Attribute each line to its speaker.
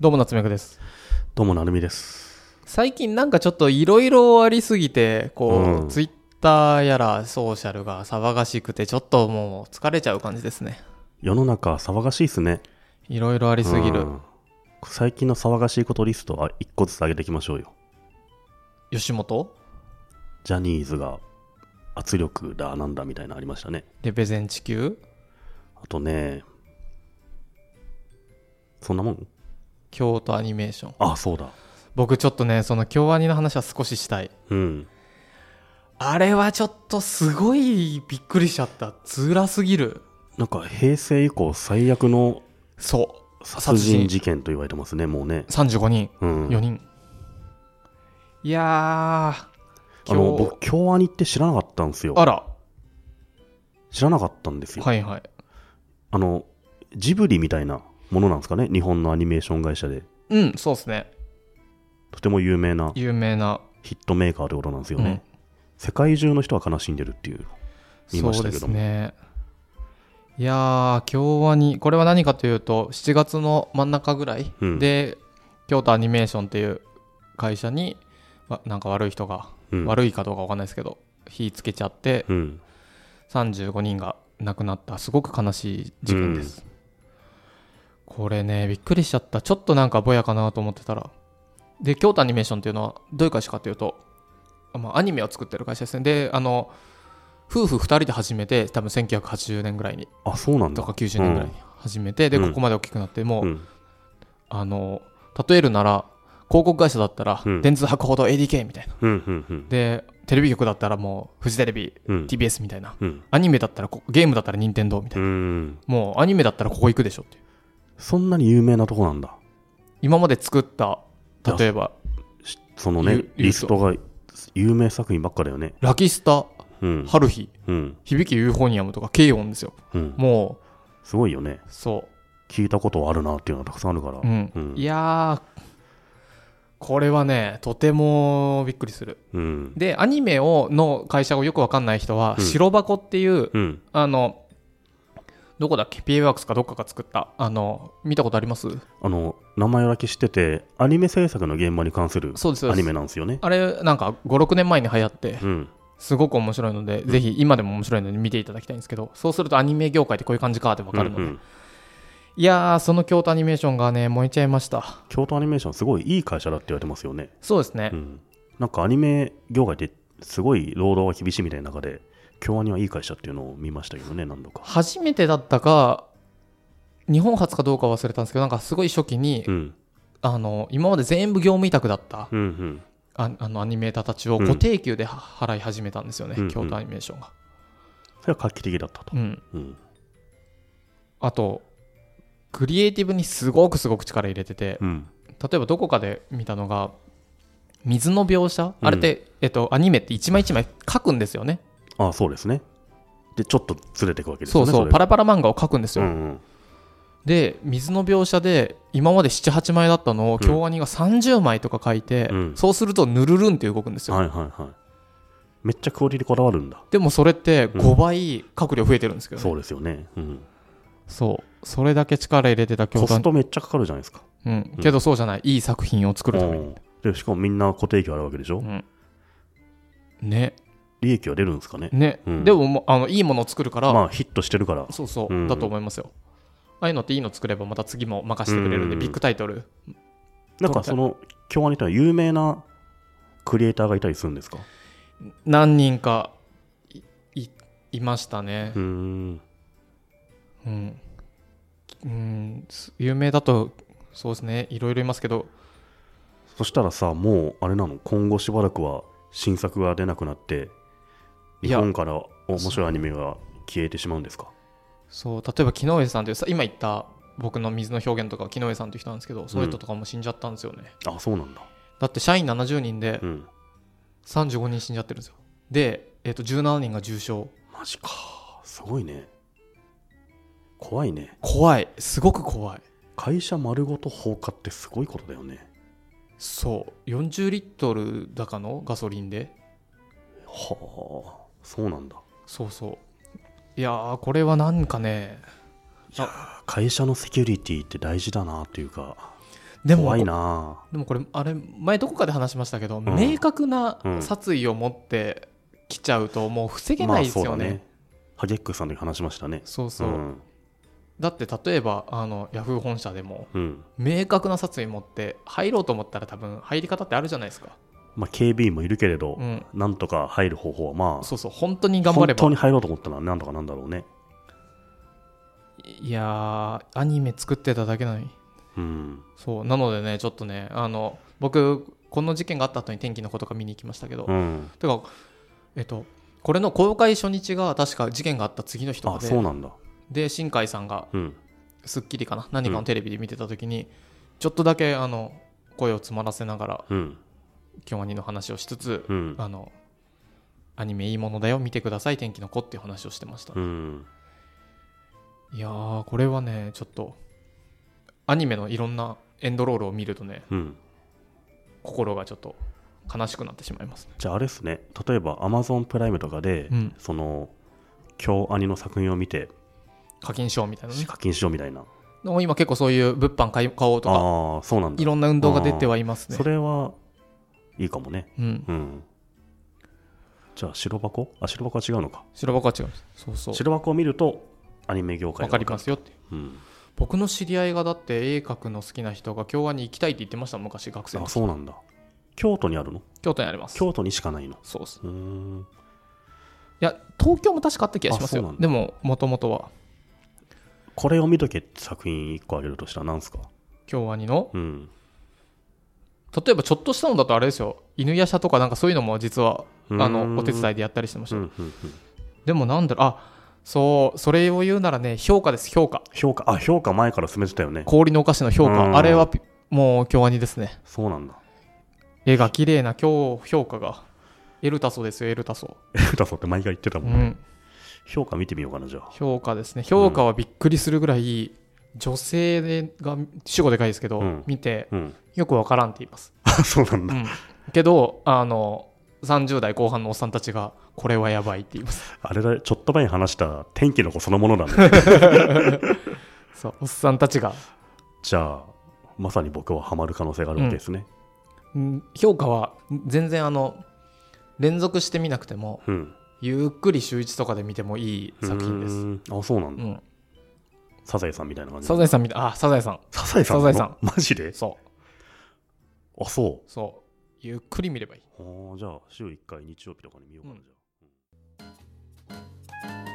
Speaker 1: どうも夏目くです
Speaker 2: どうもなるみです。
Speaker 1: 最近なんかちょっといろいろありすぎてこう、
Speaker 2: うん
Speaker 1: ツイッターやらソーシャルが騒がしくてちょっともう疲れちゃう感じですね
Speaker 2: 世の中騒がしいっすね。
Speaker 1: いろいろありすぎる、
Speaker 2: うん最近の騒がしいことリストは一個ずつ上げていきましょうよ。
Speaker 1: 吉本
Speaker 2: ジャニーズが圧力だなんだみたいなのありましたね。
Speaker 1: レペゼン地球
Speaker 2: あとね、そんなもん
Speaker 1: 京都アニメーション
Speaker 2: あ、そうだ。
Speaker 1: 僕ちょっとねその京アニの話は少ししたい
Speaker 2: うん。
Speaker 1: あれはちょっとすごいびっくりしちゃった辛すぎる
Speaker 2: なんか平成以降最悪の
Speaker 1: そう
Speaker 2: 殺人事件と言われてますね、もうね。
Speaker 1: 35人
Speaker 2: うん。
Speaker 1: 4人、いやー
Speaker 2: あの、
Speaker 1: 今日
Speaker 2: 僕、京アニって知らなかったんですよ。
Speaker 1: あら
Speaker 2: 知らなかったんですよ。
Speaker 1: はいはい
Speaker 2: あの、ジブリみたいなものなんですかね、日本のアニメーション会社で。
Speaker 1: うんそうですね
Speaker 2: とても有名な
Speaker 1: 有名な、
Speaker 2: ヒットメーカーってことなんですよ
Speaker 1: う
Speaker 2: ね、
Speaker 1: ん
Speaker 2: 世界中の人が悲しんでるっていう見
Speaker 1: そ
Speaker 2: まし
Speaker 1: う
Speaker 2: た
Speaker 1: で
Speaker 2: け
Speaker 1: す
Speaker 2: ども、
Speaker 1: ねいやー京アニこれは何かというと7月の真ん中ぐらい
Speaker 2: うん
Speaker 1: で、京都アニメーションっていう会社にわなんか悪い人が、
Speaker 2: うん、
Speaker 1: 悪いかどうかわかんないですけど火つけちゃって
Speaker 2: うん
Speaker 1: 35人が亡くなったすごく悲しい事件です、これねびっくりしちゃったちょっとなんかぼやかなと思ってたらで京都アニメーションっていうのはどういう会社かというと、まあ、アニメを作ってる会社ですねであの夫婦2人で始めて多分1980年ぐらいに
Speaker 2: あそうなん
Speaker 1: と
Speaker 2: だ
Speaker 1: か90年ぐらいに始めて、で
Speaker 2: うん
Speaker 1: ここまで大きくなってもう、
Speaker 2: うん
Speaker 1: あの例えるなら広告会社だったら、
Speaker 2: うん
Speaker 1: 電通博報堂 ADK みたいな
Speaker 2: うんうんうん
Speaker 1: でテレビ局だったらもうフジテレビ
Speaker 2: うん
Speaker 1: TBS みたいな
Speaker 2: うん
Speaker 1: アニメだったらこゲームだったら任天堂みたいな、
Speaker 2: うん
Speaker 1: もうアニメだったらここ行くでしょっていう
Speaker 2: そんなに有名なとこなんだ
Speaker 1: 今まで作った例えば
Speaker 2: しそのね
Speaker 1: ゆ
Speaker 2: リストが有名作品ばっかだよね
Speaker 1: 「ラキスタ」
Speaker 2: うん
Speaker 1: 「春日」
Speaker 2: うん
Speaker 1: 「響きユーフォニアム」とか「軽音」ですよ
Speaker 2: うん
Speaker 1: も
Speaker 2: すごいよね
Speaker 1: うそ
Speaker 2: 聞いたことはあるなっていうのはたくさんあるから
Speaker 1: ううん、
Speaker 2: うん
Speaker 1: いやーこれはねとてもびっくりする
Speaker 2: うん
Speaker 1: でアニメをの会社をよくわかんない人は、
Speaker 2: うん
Speaker 1: 白箱っていう
Speaker 2: うん
Speaker 1: あのどこだっけ PA ワークスかどっかが作ったあの見たことあります
Speaker 2: あの名前だけ知っててアニメ制作の現場に関する
Speaker 1: そうですそう
Speaker 2: ア
Speaker 1: で
Speaker 2: ニ
Speaker 1: す
Speaker 2: メなんですよね
Speaker 1: あれなんか56年前に流行って
Speaker 2: うん
Speaker 1: すごく面白いので、ぜひ今でも面白いので見ていただきたいんですけど、そうするとアニメ業界ってこういう感じかってわかるので、
Speaker 2: うんうん
Speaker 1: いやー、その京都アニメーションがね、燃えちゃいました。
Speaker 2: 京都アニメーションすごいいい会社だって言われてますよね
Speaker 1: そうですね、
Speaker 2: うん、なんかアニメ業界ってすごい労働が厳しいみたいな中で京アニはいい会社っていうのを見ましたけどね何度か
Speaker 1: 初めてだったか、日本初かどうか忘れたんですけど、なんかすごい初期に、
Speaker 2: うん
Speaker 1: あの今まで全部業務委託だった
Speaker 2: うんうん
Speaker 1: ああのアニメーターたちを
Speaker 2: うん
Speaker 1: ご定給で払い始めたんですよね、
Speaker 2: うんうん
Speaker 1: 京都アニメーションが。
Speaker 2: それは画期的だったと
Speaker 1: う、ん、
Speaker 2: うん
Speaker 1: あと、クリエイティブにすごくすごく力入れてて、
Speaker 2: うん
Speaker 1: 例えばどこかで見たのが水の描写
Speaker 2: うん
Speaker 1: あれって、えっと、アニメって一枚一枚書くんですよね
Speaker 2: ああそうですねでちょっとずれていくわけです
Speaker 1: そ
Speaker 2: よ
Speaker 1: う
Speaker 2: ね
Speaker 1: そう
Speaker 2: れ
Speaker 1: パラパラ漫画を書くんですよ、
Speaker 2: うんうん、
Speaker 1: で水の描写で今まで78枚だったのを
Speaker 2: うん
Speaker 1: 京アニが30枚とか書いて、
Speaker 2: うん
Speaker 1: そうするとぬるるんって動くんですよ、
Speaker 2: はいはいはいめっちゃクオリティこだわるんだ、
Speaker 1: でもそれって5倍書く量増えてるんですけどね、
Speaker 2: そうですよね、うん、
Speaker 1: そうそれだけ力入れてた京
Speaker 2: コ
Speaker 1: 都ア
Speaker 2: ス
Speaker 1: ニ、
Speaker 2: トめっちゃかかるじゃないですか
Speaker 1: うん、けどそうじゃないいい作品を作るために、
Speaker 2: うんでしかもみんな固定費あるわけでしょ、
Speaker 1: うん、ね
Speaker 2: 利益は出るんですかね
Speaker 1: ね、
Speaker 2: うん
Speaker 1: でももうあのいいものを作るから、
Speaker 2: まあヒットしてるから
Speaker 1: そうそう、
Speaker 2: うん
Speaker 1: だと思いますよああいうのっていいの作ればまた次も任せてくれるんで、
Speaker 2: うん
Speaker 1: ビッグタイトル
Speaker 2: なんかその京アニってのは有名なクリエイターがいたりするんですか
Speaker 1: 何人かいいいましたね
Speaker 2: うーん
Speaker 1: うん、うんす有名だとそうですねいろいろいますけど
Speaker 2: そしたらさもうあれなの今後しばらくは新作が出なくなって
Speaker 1: い
Speaker 2: 日
Speaker 1: や
Speaker 2: 本から面白いアニメが消えてしまうんですか
Speaker 1: そう例えば木上さんというさ今言った僕の水の表現とか木上さんという人なんですけどそういう人とかも死んじゃったんですよね、
Speaker 2: あそうなんだ
Speaker 1: だって社員70人で
Speaker 2: うん
Speaker 1: 35人死んじゃってるんですよで、えっと17人が重症
Speaker 2: マジかすごいね怖いね
Speaker 1: 怖いすごく怖い
Speaker 2: 会社丸ごと放火ってすごいことだよね
Speaker 1: そう40リットル高のガソリンで
Speaker 2: はあそうなんだ
Speaker 1: そうそういやーこれはなんかね
Speaker 2: 会社のセキュリティって大事だなっていうか
Speaker 1: でも
Speaker 2: 怖いな
Speaker 1: でもこれあれ前どこかで話しましたけど、
Speaker 2: ん
Speaker 1: 明確な
Speaker 2: うん
Speaker 1: 殺意を持ってきちゃうともう防げ
Speaker 2: ま
Speaker 1: ない
Speaker 2: あ
Speaker 1: です
Speaker 2: そう
Speaker 1: よ
Speaker 2: だ
Speaker 1: ね,、
Speaker 2: ねハゲックさんの時話しましたね
Speaker 1: そうそう、
Speaker 2: ん
Speaker 1: だって例えばあのヤフー本社でも
Speaker 2: うん
Speaker 1: 明確な殺意持って入ろうと思ったら多分入り方ってあるじゃないですか、
Speaker 2: まあ、警備員もいるけれど、
Speaker 1: うん、
Speaker 2: なんとか入る方法はまあ
Speaker 1: そうそう本当に頑張れ
Speaker 2: 本当
Speaker 1: ば
Speaker 2: に入ろうと思ったらなんとかなんだろうね
Speaker 1: いやーアニメ作ってただけなのに
Speaker 2: うん
Speaker 1: そうなのでねちょっとねあの僕この事件があった後に天気のことが見に行きましたけど、
Speaker 2: うん
Speaker 1: てかえっとこれの公開初日が確か事件があった次の日とか
Speaker 2: あ
Speaker 1: で
Speaker 2: そうなんだ
Speaker 1: で新海さんが
Speaker 2: うん
Speaker 1: 『スッキリ』かな何かのテレビで見てた時に、ちょっとだけあの声を詰まらせながら
Speaker 2: うん
Speaker 1: 京アニの話をしつつ、
Speaker 2: うん
Speaker 1: あのアニメいいものだよ見てください天気の子っていう話をしてました、
Speaker 2: うん
Speaker 1: いやーこれはねちょっとアニメのいろんなエンドロールを見るとね
Speaker 2: うん
Speaker 1: 心がちょっと悲しくなってしまいますね
Speaker 2: じゃああれですね例えば Amazon プライムとかで、
Speaker 1: うん
Speaker 2: その京アニの作品を見て
Speaker 1: 課金賞みたいなね
Speaker 2: 課金しようみたいな、
Speaker 1: でも今結構そういう物販買い買おうとか
Speaker 2: ああそうなんだ
Speaker 1: いろんな運動が出てはいますね
Speaker 2: それはいいかもね
Speaker 1: うん
Speaker 2: うんじゃあ白箱あ白箱は違うのか
Speaker 1: 白箱は違いますそうそう
Speaker 2: 白箱を見るとアニメ業界
Speaker 1: わ
Speaker 2: が
Speaker 1: かりますよって
Speaker 2: うん、
Speaker 1: 僕の知り合いがだって絵描くの好きな人が京アニ行きたいって言ってました昔学生の
Speaker 2: あ
Speaker 1: 時
Speaker 2: そうなんだ京都にあるの
Speaker 1: 京都にあります
Speaker 2: 京都にしかないの
Speaker 1: そうです
Speaker 2: うーん
Speaker 1: いや東京も確かあった気がします
Speaker 2: あそう
Speaker 1: よ
Speaker 2: なんだ
Speaker 1: でももともとは
Speaker 2: これを見とけって作品1個あげるとしたら何すか
Speaker 1: 京アニの
Speaker 2: うん
Speaker 1: 例えばちょっとしたのだとあれですよ犬夜叉とかなんかそういうのも実はあ
Speaker 2: うーん
Speaker 1: のお手伝いでやったりしてまし
Speaker 2: う
Speaker 1: たよ
Speaker 2: んうんうん
Speaker 1: でもなんだろうあそうそれを言うならね評価です評価
Speaker 2: 評価あ評価前から進めてたよね
Speaker 1: 氷のお菓子の評
Speaker 2: う
Speaker 1: 価
Speaker 2: ん
Speaker 1: あれはピもう京アニですね
Speaker 2: そうなんだ
Speaker 1: 絵が綺麗な今日評価がエルタソですよエルタソ
Speaker 2: だそうって毎回言ってた
Speaker 1: う
Speaker 2: もんね、
Speaker 1: ん
Speaker 2: 評価見てみようかなじゃあ
Speaker 1: 評価ですね評価はびっくりするぐらい女性が主語でかいですけど、
Speaker 2: うん
Speaker 1: 見て
Speaker 2: うん
Speaker 1: よくわからんって言います、
Speaker 2: あそうなん だ、
Speaker 1: うんけどあの30代後半のおっさんたちがこれはやばいって言います
Speaker 2: あれだちょっと前に話した天気の子そのものなんだ
Speaker 1: そうおっさんたちが、
Speaker 2: じゃあまさに僕はハマる可能性があるわけですね
Speaker 1: うん評価は全然あの連続して見なくても
Speaker 2: うん、
Speaker 1: ゆっくり週1とかで見てもいい作品です、
Speaker 2: すあそうなん
Speaker 1: う
Speaker 2: だ、
Speaker 1: ん、
Speaker 2: サザエさんみたいな感じ
Speaker 1: サザエさんみたいあサザエさん
Speaker 2: サザエさんなの
Speaker 1: サザエ
Speaker 2: マジで
Speaker 1: そう
Speaker 2: あそ
Speaker 1: そうゆっくり見ればいいう
Speaker 2: あーじゃあ週1回日曜日とかに見ようか
Speaker 1: う
Speaker 2: な、
Speaker 1: ん
Speaker 2: じゃあ